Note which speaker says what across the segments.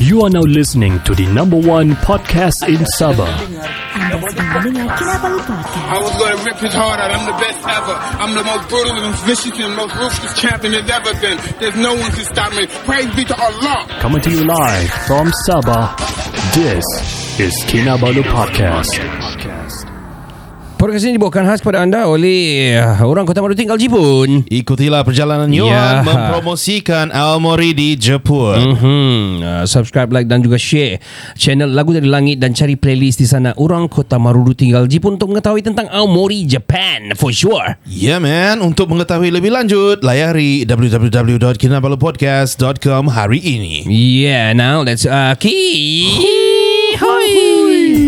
Speaker 1: You are now listening to the number one podcast in Sabah.
Speaker 2: Anda sedang mendengar Kinabalu Podcast.
Speaker 3: I was gonna rip his heart out. I'm the best ever. I'm the most brutal and vicious and most ruthless champion there's ever been. There's no one can stop me. Praise be to Allah.
Speaker 1: Coming to you live from Sabah, this is Kinabalu Podcast.
Speaker 4: Podcast ini dibawakan khas kepada anda oleh uh, orang Kota Maru tinggal Jepun.
Speaker 5: Ikutilah perjalanan Yohan
Speaker 4: Ya.
Speaker 5: mempromosikan Aomori di Jepun. Mhm.
Speaker 4: Hmm, uh, subscribe, like dan juga share channel Lagu dari Langit dan cari playlist di sana Orang Kota Maruru Tinggal Jepun untuk mengetahui tentang Aomori Japan for sure.
Speaker 5: Ya yeah, man, untuk mengetahui lebih lanjut, layari www.kinabalupodcast.com hari ini.
Speaker 4: Yeah, now let's uh, ki. Hoi.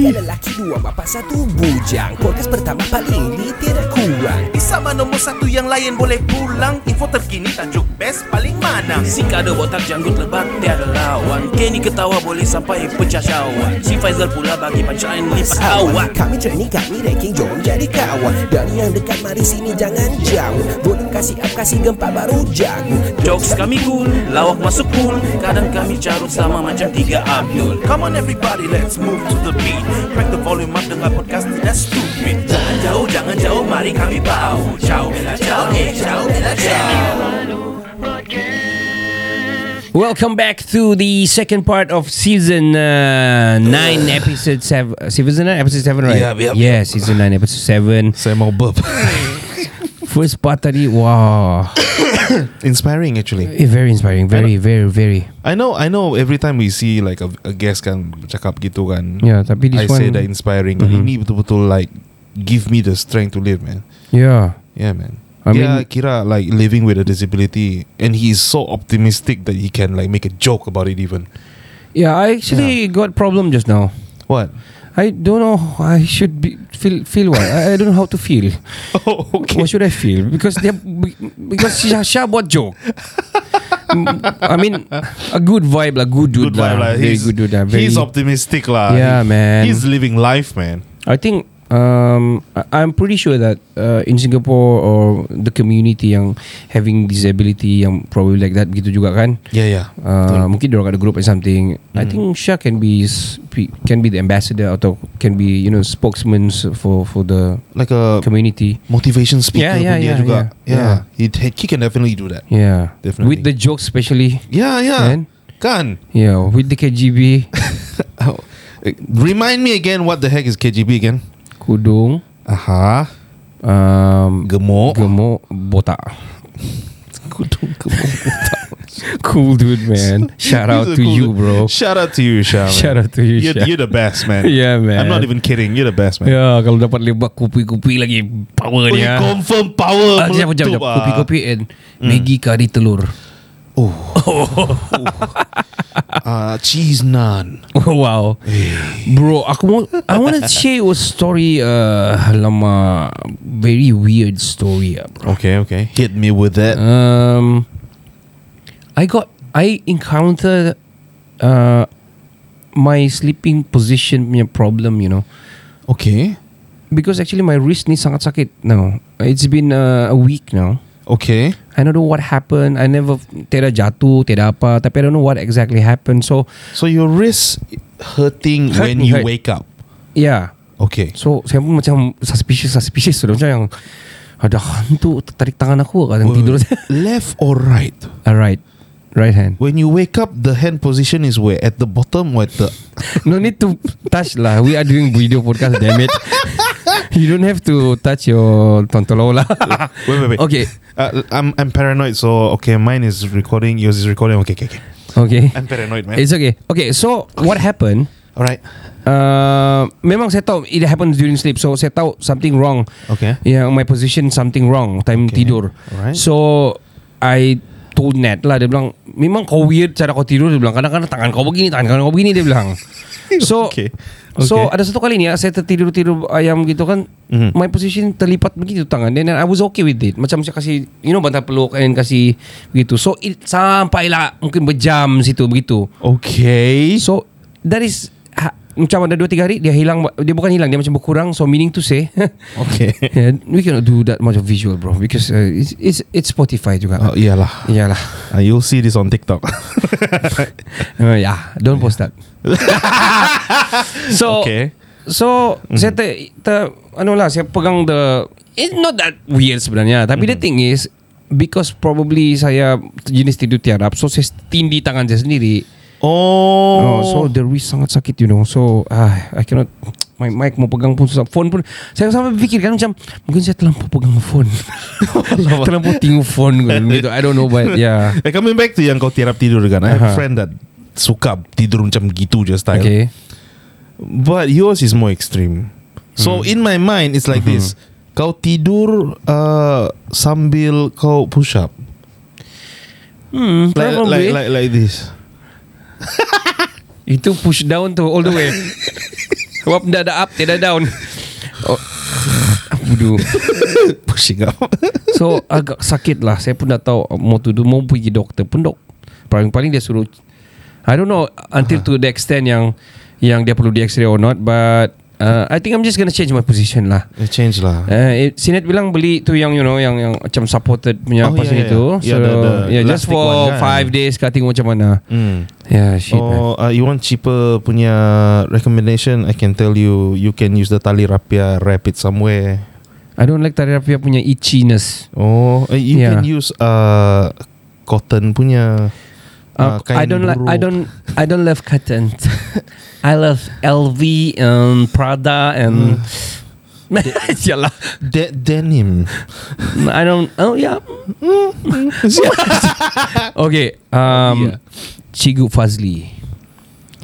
Speaker 6: Tiga lelaki, dua bapak, satu bujang Podcast pertama paling ini tiada kurang
Speaker 7: Di sama nombor satu yang lain boleh pulang Info terkini tajuk best paling mana Si kado botak janggut lebat tiada lawan Kenny ketawa boleh sampai pecah syawak Si Faizal pula bagi pancaan lipat awak
Speaker 6: Kami training, kami ranking, jom jadi kawan Dari yang dekat, mari sini jangan jauh Volume kasih up, kasih gempa baru jago
Speaker 7: Jokes kami cool, lawak masuk cool Kadang kami carut sama macam tiga Abdul Come on everybody, let's move to the beat Crack the volume up dengan podcast tidak stupid Jangan jauh, jangan jauh, mari kami bau Ciao, bella, ciao, eh, ciao, bella, ciao
Speaker 4: Welcome back to the second part of season uh, 9 episode 7 season 9 episode 7 right?
Speaker 5: Yep, yep.
Speaker 4: Yeah, season 9 episode 7.
Speaker 5: Saya mau burp.
Speaker 4: First part tadi wow.
Speaker 5: Inspiring actually.
Speaker 4: Eh, very inspiring, very very very.
Speaker 5: I know, I know. Every time we see like a, a guest kan cakap gitu kan.
Speaker 4: Yeah, Ya, tapi this
Speaker 5: I say
Speaker 4: one- Mm-hmm.
Speaker 5: that inspiring. Ini betul-betul like give me the strength to live, man.
Speaker 4: Yeah.
Speaker 5: Yeah, man.
Speaker 4: I
Speaker 5: yeah,
Speaker 4: mean-
Speaker 5: Kira like living with a disability, and he is so optimistic that he can like make a joke about it. Even
Speaker 4: Yeah, I actually got problem just now.
Speaker 5: what?
Speaker 4: I don't know how I should be feel feel what. I, I don't know how to feel.
Speaker 5: Oh, okay.
Speaker 4: What should I feel? Because they because Shah, Shah bought joke. Mm, I mean, a good vibe lah, good dude
Speaker 5: good vibe lah.
Speaker 4: lah, very
Speaker 5: He's,
Speaker 4: good dude lah. Very,
Speaker 5: he's optimistic lah.
Speaker 4: Yeah,
Speaker 5: He-
Speaker 4: man.
Speaker 5: He's living life, man.
Speaker 4: I think um, I- I'm pretty sure that uh, in Singapore or the community yang having disability yang probably like that begitu juga kan.
Speaker 5: Yeah, yeah.
Speaker 4: Uh, mungkin dia ada group or something. I
Speaker 5: Hmm.
Speaker 4: think Shah can be s- be- can be the ambassador atau can be you know spokesman for for the
Speaker 5: Like a
Speaker 4: community.
Speaker 5: motivation speaker. pun
Speaker 4: Yeah, yeah,
Speaker 5: dia
Speaker 4: yeah,
Speaker 5: juga.
Speaker 4: yeah.
Speaker 5: yeah. He, he can definitely do that.
Speaker 4: Yeah,
Speaker 5: Definitely.
Speaker 4: With the jokes, especially.
Speaker 5: Yeah, yeah.
Speaker 4: Man.
Speaker 5: Kan.
Speaker 4: Yeah, with the KGB
Speaker 5: Oh, eh, Remind me again what the heck is KGB again?
Speaker 4: kudung,
Speaker 5: Aha.
Speaker 4: um,
Speaker 5: Gemuk.
Speaker 4: gemuk, botak.
Speaker 5: Kudung gemuk.
Speaker 4: Cool dude, man. Shout out
Speaker 5: He's a
Speaker 4: to
Speaker 5: cool
Speaker 4: you,
Speaker 5: dude.
Speaker 4: bro.
Speaker 5: Shout out to you, Shah. man.
Speaker 4: Shout out to you,
Speaker 5: You're,
Speaker 4: Shah.
Speaker 5: you're the best, man.
Speaker 4: Yeah,
Speaker 5: I'm
Speaker 4: man.
Speaker 5: not even kidding. You're the best, man.
Speaker 4: Ya, kalau dapat lebak kupi-kupi lagi power
Speaker 5: Oh, you
Speaker 4: dia.
Speaker 5: confirm power.
Speaker 4: Ah, Sekejap, sekejap, sekejap.
Speaker 5: meletup, ah.
Speaker 4: Kopi-kopi and Maggi kari telur.
Speaker 5: Ah, cheese naan.
Speaker 4: Oh, wow. Bro, aku mau I want to share a story uh, lama very weird story ah, bro.
Speaker 5: Okay, okay. Hit me with that.
Speaker 4: Um I got I encountered uh, my sleeping position punya problem, you know.
Speaker 5: okay.
Speaker 4: Because actually my wrist ni sangat sakit now. It's been uh, a week now.
Speaker 5: Okay.
Speaker 4: I don't know what happened. I never tidak jatuh, tidak apa. Tapi I don't know what exactly happened. So
Speaker 5: So your wrist hurting
Speaker 4: Hurt
Speaker 5: when
Speaker 4: me,
Speaker 5: you
Speaker 4: hurt.
Speaker 5: wake up.
Speaker 4: yeah.
Speaker 5: Okay.
Speaker 4: So saya pun macam suspicious suspicious sudah macam yang ada hantu tarik tangan aku kadang tidur.
Speaker 5: Left or right?
Speaker 4: Alright. Right hand.
Speaker 5: When you wake up, the hand position is where? At the bottom or at the.
Speaker 4: No need to touch lah. We are doing video podcast, damn it. You don't have to touch your tontolo lah.
Speaker 5: Wait, wait, wait.
Speaker 4: Okay.
Speaker 5: Uh, I'm, I'm paranoid, so okay, mine is recording, yours is recording. Okay, okay, okay.
Speaker 4: Okay.
Speaker 5: I'm paranoid, man.
Speaker 4: It's okay. Okay, so what happened?
Speaker 5: All right.
Speaker 4: Uh, memang saya tahu it happens during sleep. So saya tahu something wrong.
Speaker 5: Okay.
Speaker 4: Yeah, my position something wrong time
Speaker 5: Okay.
Speaker 4: tidur.
Speaker 5: Alright.
Speaker 4: So I told Nat lah dia bilang memang kau weird cara kau tidur dia bilang kadang-kadang tangan kau begini tangan kanan kau begini dia bilang. So
Speaker 5: Okay.
Speaker 4: So
Speaker 5: Okay.
Speaker 4: ada satu kali ni ah, saya tertidur-tidur ayam gitu kan
Speaker 5: Mhm.
Speaker 4: my position terlipat begitu tangan then I was okay with it macam saya kasih you know bantal peluk and kasih begitu so it sampailah mungkin berjam situ begitu
Speaker 5: Okay.
Speaker 4: So that is ha, macam ada 2 3 hari dia hilang dia bukan hilang dia macam berkurang so meaning to say
Speaker 5: Okay.
Speaker 4: yeah, we cannot do that much of visual bro because uh, it's, it's it's Spotify juga.
Speaker 5: Oh, iyalah.
Speaker 4: Iyalah.
Speaker 5: Uh, you'll see this on TikTok.
Speaker 4: Uh, yeah, don't post that. so
Speaker 5: Okay.
Speaker 4: So mm. saya ter, ter anu lah saya pegang the it's not that weird sebenarnya tapi mm. the thing is because probably saya jenis tidur tiarap so saya tindih tangan saya sendiri.
Speaker 5: Oh.
Speaker 4: Oh. so the wrist sangat sakit you know. So ah I cannot my mic mau pegang pun susah phone pun saya sampai fikir kan macam mungkin saya terlampau pegang phone terlampau tengok phone kan, gitu I don't know but yeah
Speaker 5: Eh, coming back to yang kau tiarap tidur kan. I have a
Speaker 4: Aha.
Speaker 5: friend that suka tidur macam gitu je style.
Speaker 4: okay
Speaker 5: But yours is more extreme.
Speaker 4: Hmm.
Speaker 5: So in my mind it's like this. Kau tidur uh, sambil kau push up.
Speaker 4: hmm,
Speaker 5: Like like, like like this.
Speaker 4: Itu push down tu all the way. Sebab dah ada up, tiada down. Oh. Aduh.
Speaker 5: Pushing up.
Speaker 4: So agak sakit lah. Saya pun dah tahu mau tu mau pergi doktor pun dok. Paling-paling dia suruh I don't know until to the extent yang yang dia perlu di x-ray or not but uh, I think I'm just gonna change my position lah.
Speaker 5: Eh, Change lah.
Speaker 4: Uh, it, Sinet bilang beli tu yang you know yang yang macam supported
Speaker 5: Oh,
Speaker 4: punya apa
Speaker 5: yeah,
Speaker 4: yeah,
Speaker 5: yeah.
Speaker 4: itu.
Speaker 5: Yeah,
Speaker 4: so
Speaker 5: the- the
Speaker 4: yeah, just
Speaker 5: elastic
Speaker 4: for
Speaker 5: one kan.
Speaker 4: 5 days kat tengok macam mana.
Speaker 5: Hmm.
Speaker 4: Yeah, shit. man.
Speaker 5: Or uh, you want cheaper punya recommendation? I can tell you, you can use the tali rapia, wrap it somewhere.
Speaker 4: I don't like terapi punya itchiness.
Speaker 5: Oh, uh, you
Speaker 4: Yeah.
Speaker 5: can use uh, cotton punya. uh,
Speaker 4: Uh,
Speaker 5: kain
Speaker 4: I don't like
Speaker 5: buruk.
Speaker 4: I don't I don't love cotton. I love LV and Prada and
Speaker 5: Mm.
Speaker 4: Sialah.
Speaker 5: De- denim.
Speaker 4: I don't oh yeah.
Speaker 5: Mm.
Speaker 4: Mm. okay. Um Cigu Fazli.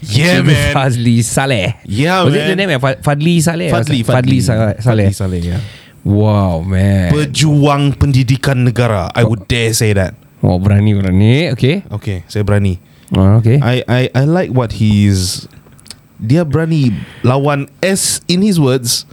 Speaker 5: Yeah,
Speaker 4: Cikgu Fazli Saleh.
Speaker 5: Yeah,
Speaker 4: Was it the
Speaker 5: man.
Speaker 4: name? eh? Fa- Fadli Saleh. or
Speaker 5: Fadli,
Speaker 4: Sa-
Speaker 5: Fadli,
Speaker 4: Fadli, Sa- Saleh.
Speaker 5: Fadli Saleh, yeah.
Speaker 4: Wow, man.
Speaker 5: Pejuang pendidikan negara. I would dare say that.
Speaker 4: oh, berani berani. Okay.
Speaker 5: Okay, saya berani.
Speaker 4: Oh, okay.
Speaker 5: I, I, I like what he's. Dia berani lawan S in his words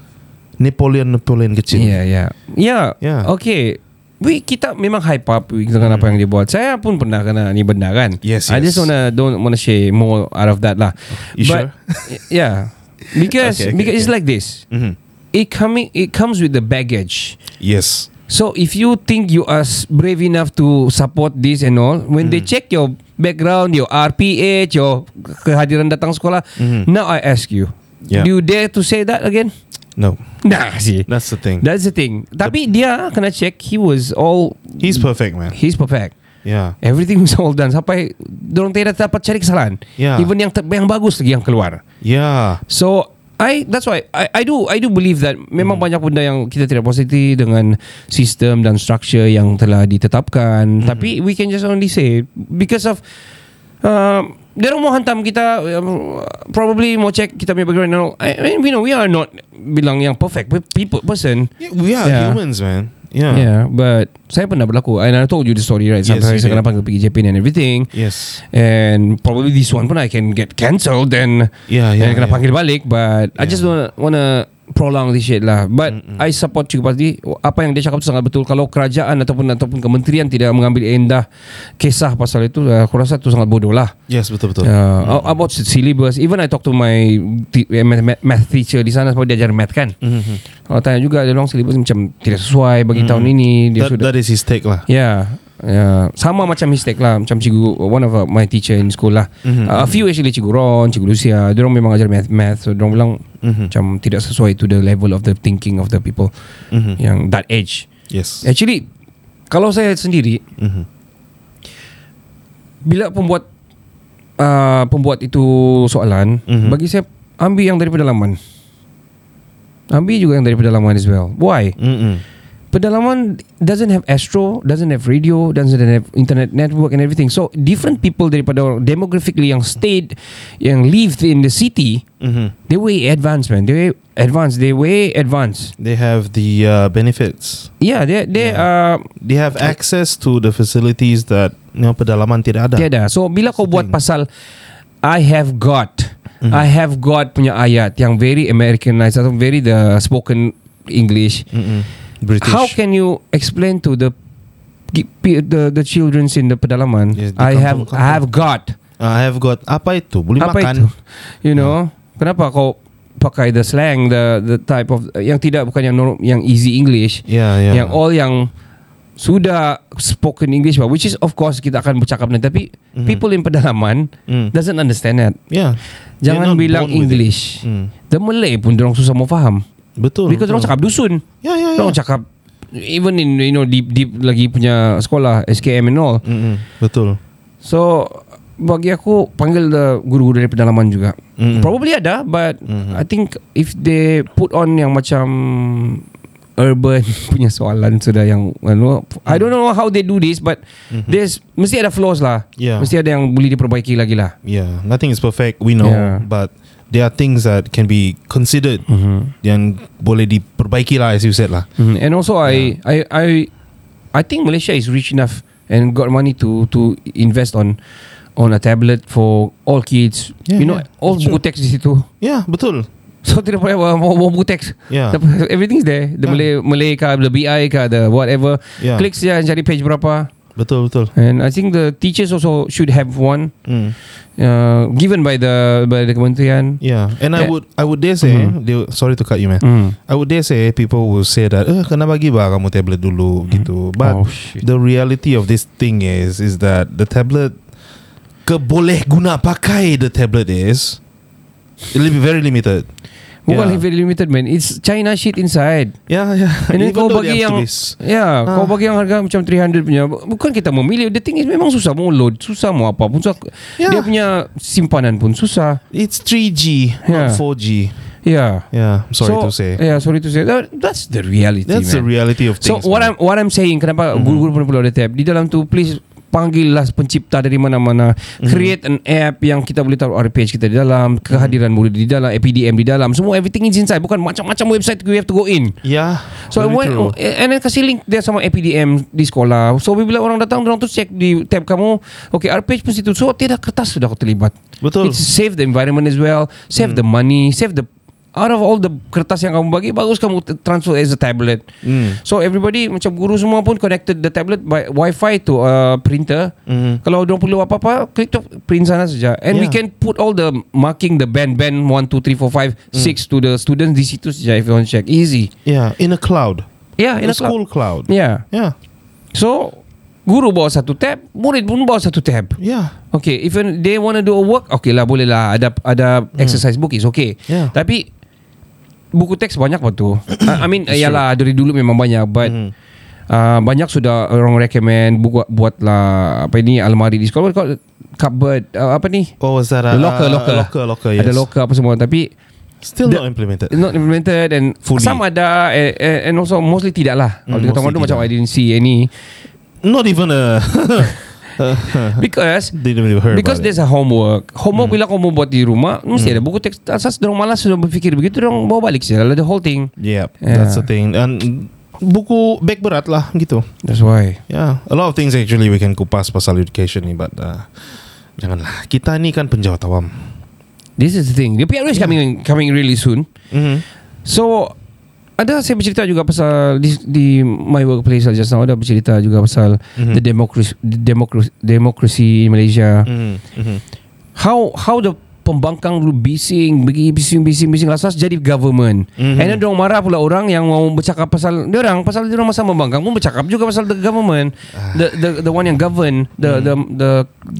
Speaker 5: Napoleon Napoleon kecil.
Speaker 4: Yeah, yeah. Yeah.
Speaker 5: Yeah. Hmm.
Speaker 4: Okay. We kita memang hype up dengan apa yang dia buat. Saya pun pernah kena ni benda kan.
Speaker 5: Yes,
Speaker 4: I
Speaker 5: yes.
Speaker 4: just wanna don't wanna share more out of that lah.
Speaker 5: You sure?
Speaker 4: Yeah. Because
Speaker 5: Okay, okay,
Speaker 4: because it's
Speaker 5: okay.
Speaker 4: like this.
Speaker 5: Mhm.
Speaker 4: It coming it comes with the baggage.
Speaker 5: Yes.
Speaker 4: So if you think you are s- brave enough to support this and all, when
Speaker 5: Hmm.
Speaker 4: they check your background, your RPH, your kehadiran datang sekolah, now I ask you,
Speaker 5: Hmm. Yeah.
Speaker 4: do you dare to say that again?
Speaker 5: No.
Speaker 4: Nah, see.
Speaker 5: That's the thing.
Speaker 4: That's the thing. Tapi dia kena check he was all
Speaker 5: He's perfect, man.
Speaker 4: he's perfect.
Speaker 5: Yeah.
Speaker 4: Everything was all done sampai dorong tidak dapat cari kesalahan.
Speaker 5: Yeah.
Speaker 4: Even yang ter- yang bagus lagi yang keluar.
Speaker 5: Yeah.
Speaker 4: So I that's why I I do I do believe that memang banyak benda yang kita tidak positif dengan sistem dan structure yang telah ditetapkan. Tapi we can just only say because of um, dia orang mau hantam kita um, probably mau check kita punya background and all. I, I mean, we know we are not bilang yang perfect but people person
Speaker 5: Yeah, We are
Speaker 4: Yeah.
Speaker 5: humans, man. Yeah.
Speaker 4: Yeah, but saya pernah berlaku. And I told you the story, right?
Speaker 5: Yes,
Speaker 4: Sampai
Speaker 5: you
Speaker 4: saya
Speaker 5: did.
Speaker 4: kena panggil pergi Japan and everything.
Speaker 5: Yes.
Speaker 4: And probably this one pun I can get cancelled then
Speaker 5: Yeah, yeah,
Speaker 4: and kena
Speaker 5: yeah.
Speaker 4: panggil balik. But I just don't wanna prolong this shit lah. But I support Cikgu Fazli. Apa yang dia cakap tu sangat betul. Kalau kerajaan ataupun ataupun kementerian tidak mengambil endah kisah pasal itu, eh, aku rasa itu sangat bodoh lah.
Speaker 5: Yes, betul betul.
Speaker 4: Uh, about the syllabus Even I talk to my t- math, math- math teacher di sana Sebab dia ajar math kan mm-hmm. uh, Tanya juga Dia orang syllabus macam Tidak sesuai bagi mm-hmm. tahun ini Dia
Speaker 5: That,
Speaker 4: sudah
Speaker 5: that is his take lah.
Speaker 4: Yeah, yeah. Sama macam mistake lah Macam cikgu One of uh, my teacher in school lah mm-hmm. uh, A few actually Cikgu Ron Cikgu Lucia Dia orang memang ajar math, math So dia orang bilang mm-hmm. Macam tidak sesuai To the level of the thinking Of the people mm-hmm. Yang that age
Speaker 5: Yes.
Speaker 4: Actually Kalau saya sendiri
Speaker 5: Mhm.
Speaker 4: Bila pembuat uh, Pembuat itu soalan
Speaker 5: Mhm.
Speaker 4: Bagi saya Ambil yang dari pedalaman Ambil juga yang dari pedalaman as well Why?
Speaker 5: Mm-mm.
Speaker 4: Pedalaman doesn't have astro Doesn't have radio Doesn't have internet network and everything So different people daripada orang Demographically yang stayed Yang lived in the city
Speaker 5: Mm-hmm.
Speaker 4: They way advanced man They way advanced They way advanced
Speaker 5: They have the uh, benefits.
Speaker 4: Yeah they, they are
Speaker 5: They have access to the facilities that you know, pedalaman tidak ada.
Speaker 4: Tiada. So bila kau buat
Speaker 5: Sedih.
Speaker 4: pasal I have got
Speaker 5: Hmm.
Speaker 4: mm-hmm. I have got punya ayat yang very Americanized atau very the spoken English.
Speaker 5: Mm-mm. British.
Speaker 4: How can you explain to the the the children's in the pedalaman
Speaker 5: Yes, di
Speaker 4: I have
Speaker 5: kampung-kampung.
Speaker 4: I have got
Speaker 5: Uh, I have got apa itu? Boleh
Speaker 4: apa
Speaker 5: makan. Hmm.
Speaker 4: itu? You know, kenapa kau pakai the slang the the type of yang tidak bukan yang norm, yang easy English
Speaker 5: Ya. Yeah, yeah.
Speaker 4: yang all yang sudah spoken English bah, which is of course kita akan bercakap nanti tapi mm-hmm. people in pedalaman mm.
Speaker 5: Mhm. Mm.
Speaker 4: doesn't understand that.
Speaker 5: Yeah. They're not
Speaker 4: Jangan bilang
Speaker 5: born with
Speaker 4: English.
Speaker 5: it. Mm.
Speaker 4: The Malay pun orang susah mau faham.
Speaker 5: Betul.
Speaker 4: Because orang
Speaker 5: betul. Ya,
Speaker 4: cakap dusun.
Speaker 5: Yeah, yeah, yeah.
Speaker 4: Orang cakap even in you know deep deep lagi punya sekolah SKM and all.
Speaker 5: Mm-mm. Betul.
Speaker 4: So bagi aku panggil the guru-guru dari pedalaman juga.
Speaker 5: Mm.
Speaker 4: Probably ada but mm-hmm. I think if they put on yang macam urban punya soalan sudah yang you know, I don't know how they do this but mm-hmm. there's mesti ada flaws lah.
Speaker 5: Yeah.
Speaker 4: Mesti ada yang boleh diperbaiki lagi lah.
Speaker 5: Yeah, nothing is perfect. We know,
Speaker 4: Yeah.
Speaker 5: but there are things that can be considered yang boleh diperbaiki lah, as you said lah.
Speaker 4: Mm-hmm. And also I I I I think Malaysia is rich enough and got money to to invest on on a tablet for all kids.
Speaker 5: Yeah,
Speaker 4: you know
Speaker 5: yeah.
Speaker 4: all buku teks di situ.
Speaker 5: Yeah, betul.
Speaker 4: So tidak payah bawa, bawa, bawa buku teks.
Speaker 5: Yeah.
Speaker 4: Tapi Everything's there. The
Speaker 5: Yeah.
Speaker 4: Malay Malay ka, the BI ka, the whatever.
Speaker 5: Yeah.
Speaker 4: Klik saja cari page berapa.
Speaker 5: Betul, betul.
Speaker 4: And I think the teachers also should have one
Speaker 5: Mm.
Speaker 4: uh, given by the by the kementerian.
Speaker 5: Yeah, and I
Speaker 4: Yeah. Mm-hmm.
Speaker 5: would I would dare say, they, sorry to cut you man.
Speaker 4: Mm.
Speaker 5: I would dare say people will say that, eh, kena bagi ba kamu tablet dulu gitu. But
Speaker 4: Oh, shit.
Speaker 5: the reality of this thing is is that the tablet keboleh guna pakai the tablet is it'll be very limited. Yeah.
Speaker 4: Bukan very limited man. It's China shit inside.
Speaker 5: Yeah, yeah.
Speaker 4: And then
Speaker 5: Even
Speaker 4: kau
Speaker 5: though they
Speaker 4: bagi
Speaker 5: have
Speaker 4: yang
Speaker 5: today's-
Speaker 4: Ya ah. Kau
Speaker 5: Ah.
Speaker 4: bagi yang harga macam 300 punya Bukan kita memilih The thing is memang susah mau load Susah mau apa pun susah.
Speaker 5: Ya.
Speaker 4: Dia punya simpanan pun susah
Speaker 5: It's 3G,
Speaker 4: Yeah.
Speaker 5: not 4G.
Speaker 4: Ya
Speaker 5: Yeah, I'm sorry to say.
Speaker 4: Yeah sorry to say That- That's the reality
Speaker 5: That's the
Speaker 4: man.
Speaker 5: reality of
Speaker 4: So
Speaker 5: things.
Speaker 4: what
Speaker 5: man.
Speaker 4: I'm, what I'm saying Kenapa
Speaker 5: Mm-hmm.
Speaker 4: guru-guru pun perlu ada tab Di dalam tu please Panggillah pencipta dari mana-mana
Speaker 5: Mm-hmm.
Speaker 4: Create an app Yang kita boleh taruh RPH kita di dalam Kehadiran murid di dalam APDM di dalam Semua everything is inside Bukan macam-macam website You have to go in
Speaker 5: yeah.
Speaker 4: So I
Speaker 5: very
Speaker 4: went
Speaker 5: true.
Speaker 4: And then kasih link Dia sama APDM Di sekolah So bila orang datang Orang tu check di tab kamu Okay RPH pun situ So tiada kertas sudah kau terlibat
Speaker 5: Betul. Hmm.
Speaker 4: It save the environment as well Save the money Save the Out of all the kertas yang kamu bagi Bagus kamu t- transfer as a tablet
Speaker 5: Hmm.
Speaker 4: So everybody Macam guru semua pun Connected the tablet By wifi to uh, printer
Speaker 5: Mhm.
Speaker 4: Kalau dia perlu apa-apa Klik tu print sana saja And we
Speaker 5: Yeah.
Speaker 4: can put all the Marking the band-band 1, 2,
Speaker 5: Hmm.
Speaker 4: 3, 4, 5, 6 To the students Di situ saja If you want to check Easy
Speaker 5: yeah, in a cloud.
Speaker 4: Yeah, Ah, in a, cloud.
Speaker 5: school cloud.
Speaker 4: Yeah.
Speaker 5: Yeah.
Speaker 4: So guru bawa satu tab, murid pun bawa satu tab.
Speaker 5: Yeah.
Speaker 4: Okay, even they want to do a work, okay lah boleh lah ada ada exercise book is okay.
Speaker 5: Hmm. Yeah.
Speaker 4: Tapi buku teks banyak betul. I I mean iyalah dari dulu memang banyak but
Speaker 5: Mhm.
Speaker 4: uh, banyak sudah orang recommend buat buatlah apa ini almari di sekolah kau cupboard uh, apa ni?
Speaker 5: What was that? Uh,
Speaker 4: locker, locker,
Speaker 5: locker, locker. Yes.
Speaker 4: Ada locker apa semua tapi
Speaker 5: Still
Speaker 4: The-
Speaker 5: not implemented.
Speaker 4: not implemented and
Speaker 5: Fully.
Speaker 4: some ada eh, eh, and also mostly tidak lah. Kalau
Speaker 5: Mm,
Speaker 4: kita
Speaker 5: mostly
Speaker 4: tahu macam I
Speaker 5: tidak.
Speaker 4: didn't see any
Speaker 5: Not even a. Uh-huh.
Speaker 4: because
Speaker 5: didn't even heard about it.
Speaker 4: Because there's a homework Homework bila kau mau buat di rumah Mesti ada buku teks Asas dorong malas Sudah berfikir begitu Dorong bawa balik saja lah The whole thing
Speaker 5: Yeah,
Speaker 4: Yeah.
Speaker 5: that's the thing. And buku back berat lah gitu.
Speaker 4: That's why
Speaker 5: Yeah, a lot of things actually we can kupas pasal education ni, but uh, janganlah. Kita ni kan penjawat awam.
Speaker 4: This is the thing The PRU is coming coming really soon
Speaker 5: Mm-hmm.
Speaker 4: So Ada saya bercerita juga pasal Di, di my workplace lah just now Ada bercerita juga pasal
Speaker 5: Mhm.
Speaker 4: The democracy, the democracy Democracy in Malaysia
Speaker 5: Mm-hmm.
Speaker 4: How How the pembangkang dulu bising bagi bising bising bising asas jadi government
Speaker 5: Mhm.
Speaker 4: and then dorang marah pula orang yang mau bercakap pasal dia orang pasal dia orang masa membangkang pun bercakap juga pasal the government
Speaker 5: Ah.
Speaker 4: the the the one yang govern
Speaker 5: Hmm.
Speaker 4: the the the,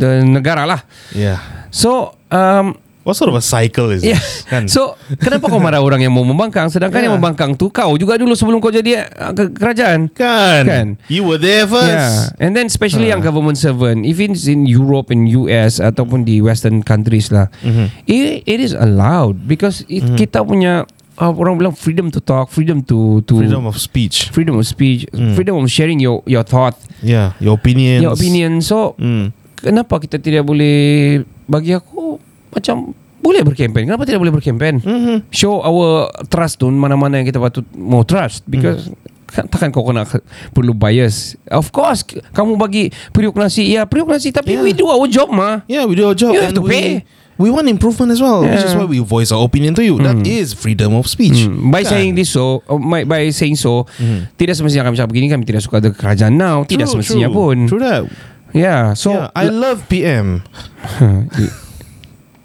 Speaker 4: the negara lah
Speaker 5: Yeah.
Speaker 4: so um
Speaker 5: What sort of a cycle is
Speaker 4: yeah.
Speaker 5: this? Kan?
Speaker 4: so kenapa kau marah orang yang mau membangkang
Speaker 5: Yeah.
Speaker 4: sedangkan yang membangkang tu kau juga dulu sebelum kau jadi uh, ke- kerajaan
Speaker 5: kan?
Speaker 4: Kan?
Speaker 5: You were there
Speaker 4: Yeah,
Speaker 5: first. Ah.
Speaker 4: and then especially yang government servant, if it's in Europe and US ataupun di Western countries lah,
Speaker 5: Mhm.
Speaker 4: it, it is allowed because it, kita punya uh, orang bilang freedom to talk, freedom to to
Speaker 5: Freedom of speech.
Speaker 4: freedom of speech, freedom of sharing your your thought,
Speaker 5: Yeah, your opinions.
Speaker 4: your opinion. So
Speaker 5: Mm.
Speaker 4: kenapa kita tidak boleh? Bagi aku macam boleh berkempen. Kenapa tidak boleh berkempen?
Speaker 5: Mm-hmm.
Speaker 4: show our trust tu mana-mana yang kita patut mau trust because
Speaker 5: Mhm.
Speaker 4: kan, takkan kau kena perlu bias of course k- kamu bagi periuk nasi ya periuk nasi tapi
Speaker 5: Yeah.
Speaker 4: we do our job mah
Speaker 5: Yeah, we do our job.
Speaker 4: You have
Speaker 5: and
Speaker 4: to pay.
Speaker 5: We, we want improvement as well, which is why
Speaker 4: Yeah.
Speaker 5: we voice our opinion to you. That is freedom of speech.
Speaker 4: Hmm, by
Speaker 5: Kan? Mhm.
Speaker 4: saying this so uh, my, by saying so tidak semestinya kami cakap begini kami tidak suka ada kerajaan now tidak
Speaker 5: True,
Speaker 4: semestinya
Speaker 5: true.
Speaker 4: pun
Speaker 5: True that.
Speaker 4: yeah so
Speaker 5: yeah, I love PM.
Speaker 4: Uh,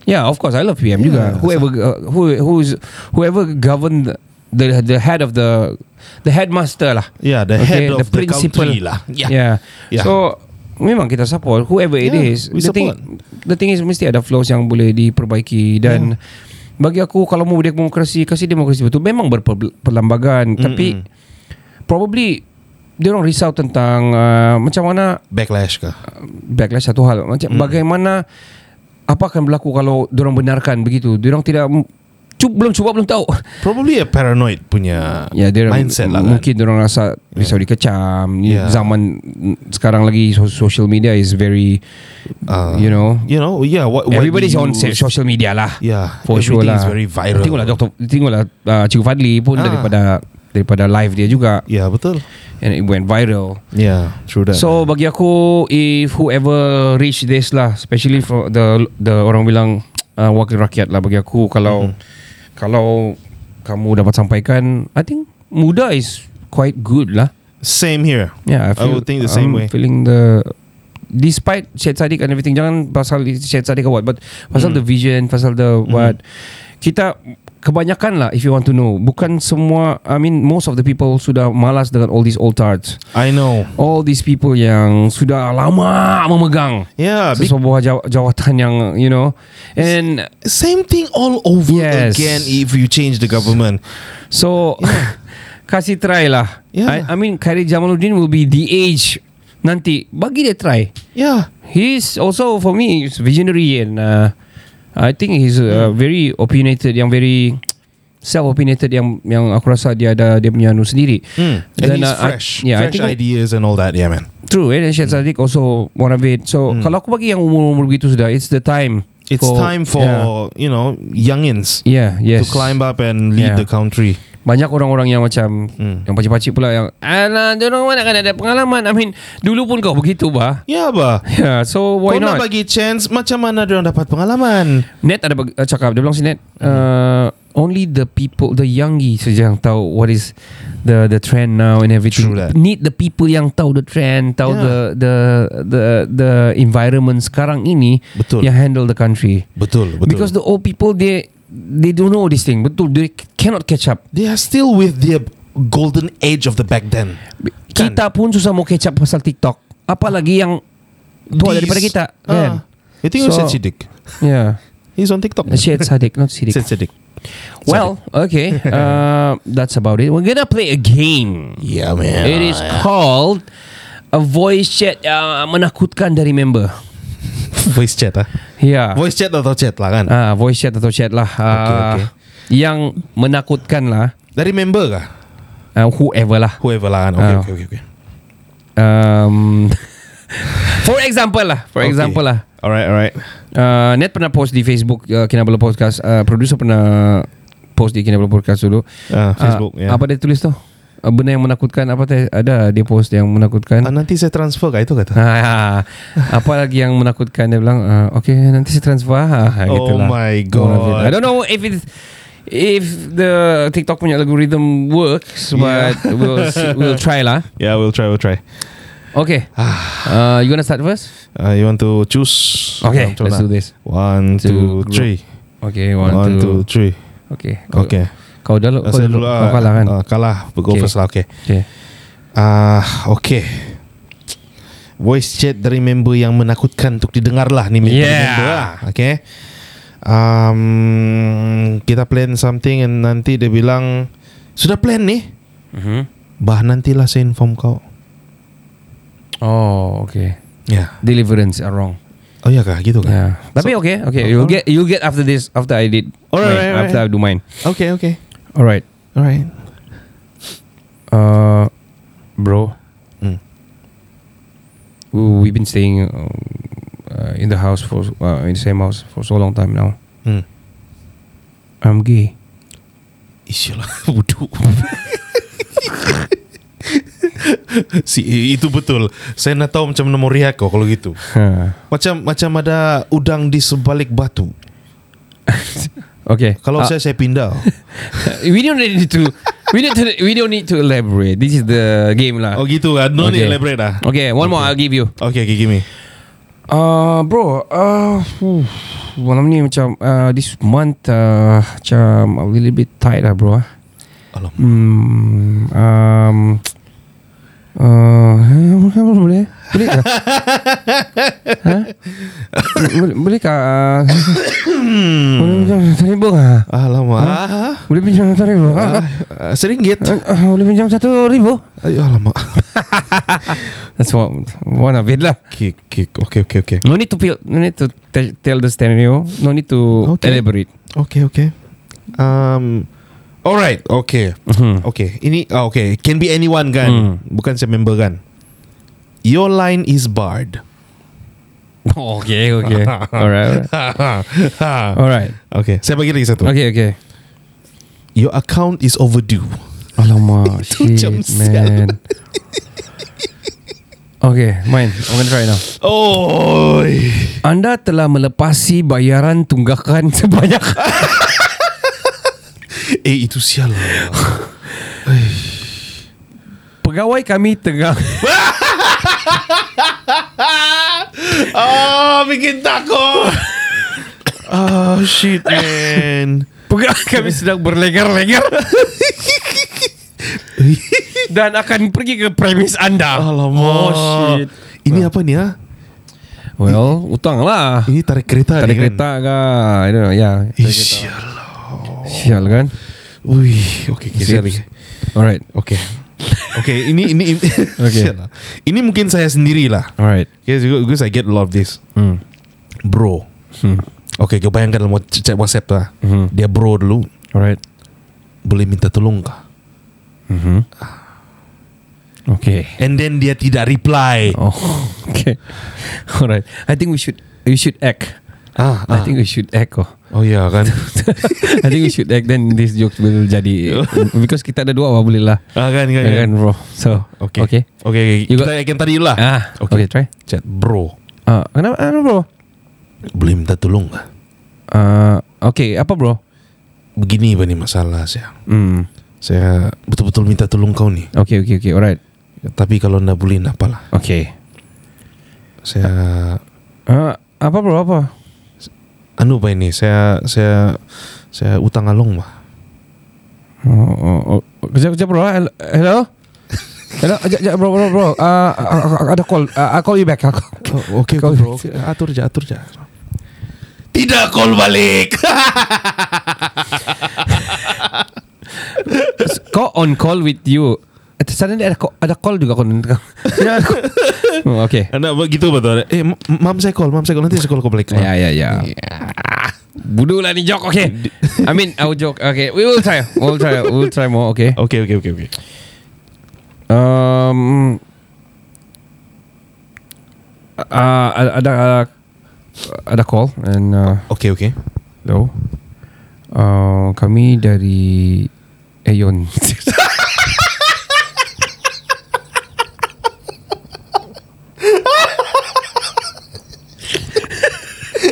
Speaker 4: Yeah, of course I love PM
Speaker 5: Yeah.
Speaker 4: juga. Whoever uh, who who's whoever governed the the head of the the headmaster lah.
Speaker 5: Yeah, the head of the country lah. Yeah.
Speaker 4: Yeah. yeah.
Speaker 5: Yeah.
Speaker 4: So memang kita support whoever it
Speaker 5: Yeah,
Speaker 4: is.
Speaker 5: we
Speaker 4: the thing the thing is mesti ada flaws yang boleh diperbaiki dan bagi aku kalau mau demokrasi kasi demokrasi betul memang berperlembagan mm tapi probably dia orang risau tentang uh, macam mana
Speaker 5: Backlash ke
Speaker 4: backlash satu hal macam hmm. bagaimana apa akan berlaku kalau diorang benarkan begitu diorang tidak cub, belum cuba belum tahu
Speaker 5: Probably a paranoid punya
Speaker 4: ya dia
Speaker 5: Mindset lah kan Ya.
Speaker 4: mungkin diorang rasa risau dikecam
Speaker 5: Yeah.
Speaker 4: zaman sekarang lagi so- social media is very
Speaker 5: Ah.
Speaker 4: you know
Speaker 5: You know Yeah what, what
Speaker 4: everybody's
Speaker 5: do
Speaker 4: on
Speaker 5: you-
Speaker 4: se- social media lah
Speaker 5: Yeah,
Speaker 4: for sure
Speaker 5: everything
Speaker 4: lah
Speaker 5: is very viral.
Speaker 4: tengoklah doktor tengoklah uh, Cikgu Fadli pun
Speaker 5: Ah. Ya.
Speaker 4: daripada daripada live dia juga
Speaker 5: Yeah betul
Speaker 4: and it went viral
Speaker 5: Yeah True that
Speaker 4: So bagi aku if whoever reach this lah especially for the the orang bilang uh, wakil rakyat lah bagi aku
Speaker 5: Hmm.
Speaker 4: kalau mm-hmm. kalau kamu dapat sampaikan I think muda is quite good lah.
Speaker 5: Same here I
Speaker 4: Yeah, I, feel,
Speaker 5: would think the same
Speaker 4: I'm
Speaker 5: way.
Speaker 4: Feeling the despite Syed Saddiq and everything jangan pasal Syed Saddiq or what but
Speaker 5: Hmm.
Speaker 4: pasal mm. the vision pasal the mm. what kita kebanyakan lah if you want to know bukan semua I mean most of the people sudah malas dengan all these old tarts
Speaker 5: I know
Speaker 4: all these people yang sudah lama memegang
Speaker 5: Yeah be-
Speaker 4: sesebuah jaw- jawatan yang you know and
Speaker 5: Same thing all over
Speaker 4: Yes.
Speaker 5: again If you change the government
Speaker 4: so
Speaker 5: Ya.
Speaker 4: kasih try lah
Speaker 5: Yeah.
Speaker 4: I, I mean Khairi Jamaluddin will be the age nanti bagi dia try
Speaker 5: Yeah
Speaker 4: he's also for me he's visionary and uh, I think he's uh, very opinionated yang very self opinionated yang yang aku rasa dia ada dia punya anu sendiri
Speaker 5: Mm. And
Speaker 4: Dan,
Speaker 5: he's
Speaker 4: uh, I-
Speaker 5: fresh.
Speaker 4: yeah, I
Speaker 5: fresh
Speaker 4: think-
Speaker 5: ideas and all that. Yeah, man.
Speaker 4: True eh Syed Saddiq also one of it So hmm. kalau aku bagi yang umur-umur begitu sudah It's the time
Speaker 5: It's time for
Speaker 4: yeah.
Speaker 5: you know youngins
Speaker 4: Yeah
Speaker 5: to
Speaker 4: yes
Speaker 5: climb up and lead
Speaker 4: Yeah.
Speaker 5: the country.
Speaker 4: Banyak orang-orang yang macam
Speaker 5: Hmm.
Speaker 4: Yang pacik-pacik pula yang Alah diorang mana kan ada pengalaman I mean Dulu pun kau begitu bah
Speaker 5: Yeah, ba.
Speaker 4: Yeah
Speaker 5: Ya,
Speaker 4: so
Speaker 5: Kau
Speaker 4: why
Speaker 5: nak
Speaker 4: not
Speaker 5: bagi chance Macam mana dia dapat pengalaman
Speaker 4: Net ada bag- uh, cakap Dia bilang si Net
Speaker 5: Hmm.
Speaker 4: uh, Only the people The youngi saja yang tahu What is The the trend now and everything
Speaker 5: True that.
Speaker 4: Need the people yang tahu the trend Tahu
Speaker 5: Yeah.
Speaker 4: the, the the the environment sekarang ini
Speaker 5: Betul.
Speaker 4: Yang handle the country
Speaker 5: Betul betul
Speaker 4: Because the old people they they don't know this thing. Betul, they cannot catch up.
Speaker 5: They are still with their golden age of the back then Kan?
Speaker 4: Kita pun susah mau catch up pasal TikTok. Apalagi yang tua
Speaker 5: These-
Speaker 4: daripada kita.
Speaker 5: Ah.
Speaker 4: Kan? Ya.
Speaker 5: You think so, Syed
Speaker 4: So-
Speaker 5: Siddiq
Speaker 4: Yeah.
Speaker 5: He's on TikTok
Speaker 4: Syed Sadiq, not Siddiq.
Speaker 5: Syed Siddiq
Speaker 4: Well, okay. Uh, that's about it. We're gonna play a game.
Speaker 5: Yeah man
Speaker 4: It is called a voice chat uh, menakutkan dari member.
Speaker 5: Voice chat ah.
Speaker 4: Yeah.
Speaker 5: Voice chat atau chat lah kan
Speaker 4: Ah, voice chat atau chat lah. Uh,
Speaker 5: Okay, okay.
Speaker 4: Yang menakutkan lah.
Speaker 5: Dari member kah
Speaker 4: Uh, whoever lah.
Speaker 5: Whoever lah kan Okay
Speaker 4: Ah.
Speaker 5: okay okay, okay.
Speaker 4: um, For example lah For
Speaker 5: Okay.
Speaker 4: example lah
Speaker 5: Alright alright
Speaker 4: uh, Net pernah post di Facebook uh, Kinabalu Podcast uh, Producer pernah Post di Kinabalu Podcast dulu
Speaker 5: Ah, Facebook,
Speaker 4: uh,
Speaker 5: yeah.
Speaker 4: Apa dia tulis tu? Uh, benda yang menakutkan Apa teh Ada dia post yang menakutkan
Speaker 5: ah, Nanti saya transfer kah itu kata
Speaker 4: Ah, apa lagi yang menakutkan dia bilang ah, okay nanti saya transfer ah,
Speaker 5: Oh
Speaker 4: gitulah.
Speaker 5: my
Speaker 4: One of it.
Speaker 5: God.
Speaker 4: I don't know if it's if the TikTok punya algorithm works but we'll see, we'll try lah
Speaker 5: Yeah we'll try we'll try
Speaker 4: okay
Speaker 5: Ah.
Speaker 4: uh, you gonna start first
Speaker 5: Uh, you want to choose?
Speaker 4: Okay,
Speaker 5: Macam
Speaker 4: let's
Speaker 5: mana?
Speaker 4: do this.
Speaker 5: One,
Speaker 4: Two,
Speaker 5: two, three.
Speaker 4: Okay,
Speaker 5: lah. One,
Speaker 4: one, two.
Speaker 5: two, three.
Speaker 4: Okay. Kau,
Speaker 5: Okay.
Speaker 4: Kau dulu, kau
Speaker 5: Saya
Speaker 4: dulu.
Speaker 5: ah.
Speaker 4: Kau kalah kan?
Speaker 5: Ah, kalah. Go
Speaker 4: Okay.
Speaker 5: first lah. Okay.
Speaker 4: Okay.
Speaker 5: Ah, okay. Voice chat dari member yang menakutkan untuk didengar lah ni member
Speaker 4: Yeah.
Speaker 5: member lah. Okay. Um, kita plan something and nanti dia bilang sudah plan nih. Bah nantilah saya inform kau.
Speaker 4: Oh, okay.
Speaker 5: Ya.
Speaker 4: Deliverance are wrong.
Speaker 5: Yeah. Oh ya kah gitu kan?
Speaker 4: Yeah. Tapi okay, okay. You'll get you'll get after this after I did.
Speaker 5: Alright,
Speaker 4: mine,
Speaker 5: alright,
Speaker 4: After I do mine.
Speaker 5: Okay, okay.
Speaker 4: Alright.
Speaker 5: Alright.
Speaker 4: Uh, bro.
Speaker 5: Mm.
Speaker 4: we- We've been staying um, uh, in the house for uh, in the same house for so long time now.
Speaker 5: Hmm.
Speaker 4: I'm gay.
Speaker 5: Isyalah Bodoh si, Itu betul Saya nak tahu macam mana mau react kau Kalau gitu
Speaker 4: Huh.
Speaker 5: Macam macam ada udang di sebalik batu
Speaker 4: Okay.
Speaker 5: Kalau
Speaker 4: Uh,
Speaker 5: saya saya pindah
Speaker 4: we don't need to we don't we don't need to elaborate. This is the game lah.
Speaker 5: Oh gitu kan No
Speaker 4: Okay.
Speaker 5: need elaborate lah
Speaker 4: Okay, one more I'll give you.
Speaker 5: Okay, okay give me
Speaker 4: Uh, bro, uh, fuh, malam ni macam uh, this month uh, macam a little bit tight lah bro.
Speaker 5: A
Speaker 4: ah.
Speaker 5: Alamak.
Speaker 4: Hmm, um, uh, eh, boleh? Boleh ke? ha? Boleh, boleh ke? Boleh pinjam satu ribu ke?
Speaker 5: Alamak.
Speaker 4: Boleh pinjam satu ribu ke?
Speaker 5: Ah, seringgit.
Speaker 4: Ah, ah, Boleh pinjam satu ribu?
Speaker 5: Ayo, alamak.
Speaker 4: That's one, one of it lah.
Speaker 5: Kick, kick. Okay, okay, okay.
Speaker 4: No need to feel, no need to te- tell the scenario. No need to
Speaker 5: Okay.
Speaker 4: elaborate.
Speaker 5: Okay, okay. Um, alright, okay,
Speaker 4: Mhm.
Speaker 5: okay. Ini ah, okay. Can be anyone kan? Bukan saya member kan? Your line is barred.
Speaker 4: Okay, okay.
Speaker 5: Ha,
Speaker 4: alright, alright. Alright.
Speaker 5: okay, saya bagi lagi satu.
Speaker 4: Okay, okay.
Speaker 5: Your account is overdue.
Speaker 4: Alamak,
Speaker 5: Itu
Speaker 4: shit,
Speaker 5: macam sial.
Speaker 4: man. okay, mine. I'm gonna try now.
Speaker 5: Oh,
Speaker 4: Anda telah melepasi bayaran tunggakan sebanyak
Speaker 5: eh itu sial.
Speaker 4: pegawai kami tengah
Speaker 5: Ah, bikin takut. Oh shit man
Speaker 4: pegawai kami sedang berlegar-legar dan akan pergi ke premis anda.
Speaker 5: Alamak
Speaker 4: Oh, shit.
Speaker 5: Ah. Ini apa ni ha?
Speaker 4: Well, utang lah.
Speaker 5: Ini tarik kereta ni
Speaker 4: Tarik kereta ke? I don't know. Ya,
Speaker 5: kan? Eh,
Speaker 4: tarik kereta.
Speaker 5: sial
Speaker 4: Sial kan?
Speaker 5: Ui Okay, okay saya lagi.
Speaker 4: Alright.
Speaker 5: Okay. Okay, ini ini ini,
Speaker 4: Okay.
Speaker 5: Sial lah. ini mungkin saya sendiri lah.
Speaker 4: Alright.
Speaker 5: Okay, because because I get a lot of this,
Speaker 4: Hmm.
Speaker 5: bro.
Speaker 4: Hmm.
Speaker 5: Okay, kau bayangkan dalam wat- chat WhatsApp lah.
Speaker 4: Mhm.
Speaker 5: Dia bro dulu
Speaker 4: Alright.
Speaker 5: boleh minta tolong kah?
Speaker 4: Mhm. Okay.
Speaker 5: And then dia tidak reply.
Speaker 4: Oh, okay. All right. I think we should we should act.
Speaker 5: Ah,
Speaker 4: I think we should act. Oh.
Speaker 5: Oh ya kan.
Speaker 4: I think we should act. Then this joke will jadi because kita ada dua apa boleh lah.
Speaker 5: ah kan kan.
Speaker 4: Yeah,
Speaker 5: kan.
Speaker 4: kan bro. So
Speaker 5: Okay.
Speaker 4: okay.
Speaker 5: Okay. okay.
Speaker 4: You
Speaker 5: Kita
Speaker 4: got-
Speaker 5: akan tadi dulu lah.
Speaker 4: Ah, okay.
Speaker 5: Okay.
Speaker 4: Try.
Speaker 5: Chat bro
Speaker 4: Ah, kenapa, kenapa bro?
Speaker 5: boleh minta tolong kah?
Speaker 4: Ah, okay. Apa bro?
Speaker 5: Begini apa ni masalah saya.
Speaker 4: Hmm.
Speaker 5: Saya betul-betul minta tolong kau ni.
Speaker 4: Okay, okay, okay. Alright.
Speaker 5: Tapi kalau nak boleh apalah.
Speaker 4: Okay.
Speaker 5: Saya
Speaker 4: Ah, apa bro? Apa?
Speaker 5: anu apa ini saya saya saya utang along mah
Speaker 4: Oh, oh, oh. Kejap, kejap bro. Hel- Hello. Hello, kejap, kejap, bro, bro, bro. Ah, uh, ada call. Uh, I'll call you back. I'll call.
Speaker 5: oh, okay,
Speaker 4: Kau-
Speaker 5: okay, bro okay. atur je atur je tidak call balik
Speaker 4: Kau on call with you Eh, Suddenly ada, call- ada call juga kau Ya, ada call. oh, Okay
Speaker 5: anak begitu betul eh ma- mam saya call mam saya call nanti saya call kau balik
Speaker 4: Ya ya ya Budu lah ni joke Okay I mean our joke Okay We will try We'll try We'll try more Okay
Speaker 5: okay okay okay okay
Speaker 4: um, uh, Ada uh, Ada call And uh,
Speaker 5: okay okay
Speaker 4: Hello uh, Kami dari Aeon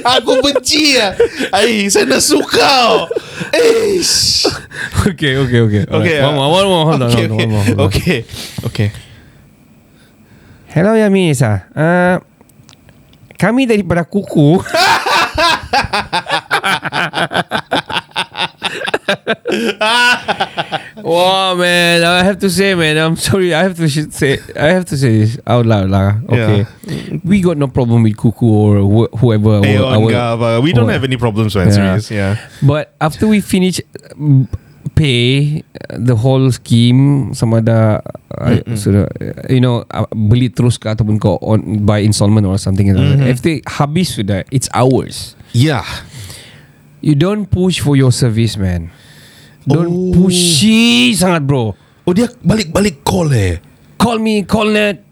Speaker 5: aku benci ya ay saya nak suka eh
Speaker 4: Okay okay okay
Speaker 5: Okay,
Speaker 4: Alright. One
Speaker 5: uh,
Speaker 4: more one more Hold on,
Speaker 5: okay
Speaker 4: hold on, one more,
Speaker 5: okay
Speaker 4: hold on.
Speaker 5: okay okay
Speaker 4: Hello Yamisa. Uh, kami daripada kuku. wow man, I have to say man, I'm sorry. I have to sh- say I have to say this out loud lah. Okay. We got no problem with kuku or wh- whoever
Speaker 5: Hey,
Speaker 4: our, our-
Speaker 5: Onga, we don't
Speaker 4: our-
Speaker 5: have any problems with answers yeah.
Speaker 4: But after we finish uh, pay uh, the whole scheme sama ada uh, sudah uh, you know uh, beli terus ke ataupun kau on by installment or something mm-hmm. after habis sudah it's ours
Speaker 5: yeah
Speaker 4: you don't push for your service man don't
Speaker 5: Oh.
Speaker 4: pushy sangat bro
Speaker 5: oh dia balik-balik call eh
Speaker 4: call me call net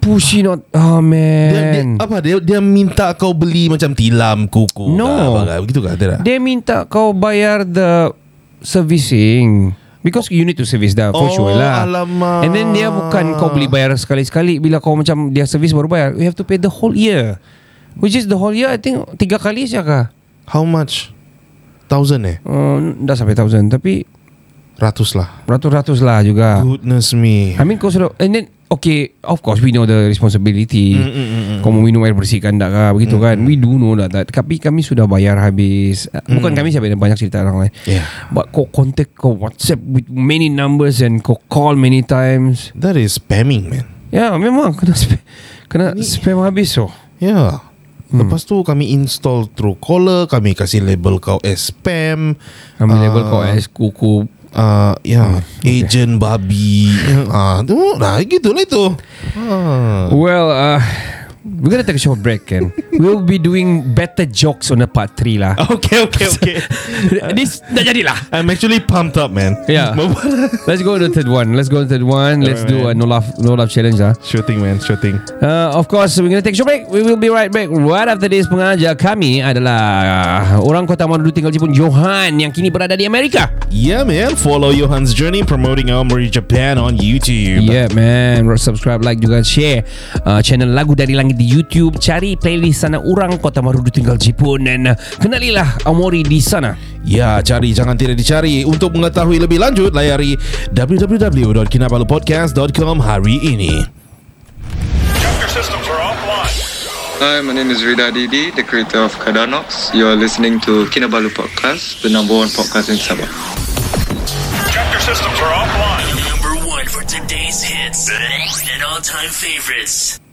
Speaker 4: pushy not oh man
Speaker 5: Dia, dia, apa dia dia minta kau beli macam tilam kuku
Speaker 4: No.
Speaker 5: kah, apa kah, begitu kah tidak
Speaker 4: Dia minta kau bayar the servicing because you need to service dah
Speaker 5: Oh,
Speaker 4: for sure lah.
Speaker 5: alamak.
Speaker 4: And then dia bukan kau beli bayar sekali-sekali bila kau macam dia service baru bayar. You have to pay the whole year. Which is the whole year I think tiga kali saja
Speaker 5: how much thousand eh
Speaker 4: Uh, dah sampai thousand tapi
Speaker 5: ratus lah
Speaker 4: ratus-ratus lah juga.
Speaker 5: goodness me
Speaker 4: I mean kau sudah and then Okay Of course we know the responsibility mm, mm, mm, Kau mau minum air bersihkan tak kah Begitu mm, kan We do know that, that Tapi kami sudah bayar habis mm. Bukan kami siapa Banyak cerita orang lain
Speaker 5: Yeah.
Speaker 4: But kau contact Kau whatsapp with many numbers And kau call many times
Speaker 5: That is spamming man
Speaker 4: Ya yeah, memang Kena sp- Kena spam habis oh.
Speaker 5: Yeah hmm. Lepas tu kami install Truecaller Kami kasih label kau as spam
Speaker 4: Kami
Speaker 5: Ah,
Speaker 4: label kau eh, as kuku
Speaker 5: uh, Ya yeah, Agent babi Ah, tu, Nah gitulah itu Ah.
Speaker 4: Well, uh, we're gonna take a short break, and we'll be doing better jokes on the part three lah.
Speaker 5: Okay okay okay
Speaker 4: This dah jadi lah.
Speaker 5: I'm actually pumped up man
Speaker 4: Yeah. Ya, Let's go to the third one. Let's go to the third one. Let's do a no laugh, no laugh challenge lah.
Speaker 5: Sure thing man Sure thing
Speaker 4: Uh, of course, we're gonna take a short break. We will be right back. Right after this, pengajar kami adalah orang kota mana dulu tinggal Jepun, Johan yang kini berada di Amerika.
Speaker 5: Yeah man Follow Johan's journey Promoting Aomori Japan on YouTube
Speaker 4: Yeah man Subscribe like juga Share uh, Channel lagu dari langit di YouTube Cari playlist sana orang Kota Marudu tinggal Jepun Dan uh, kenalilah Amori di sana
Speaker 5: Ya, cari jangan tidak dicari. Untuk mengetahui lebih lanjut, layari www.kinabalupodcast.com hari ini.
Speaker 8: Hi, my name is Rida Didi, the creator of Kadanox. You're listening to Kinabalu Podcast, the number one podcast in Sabah.
Speaker 9: Number one for today's hits and all-time favorites.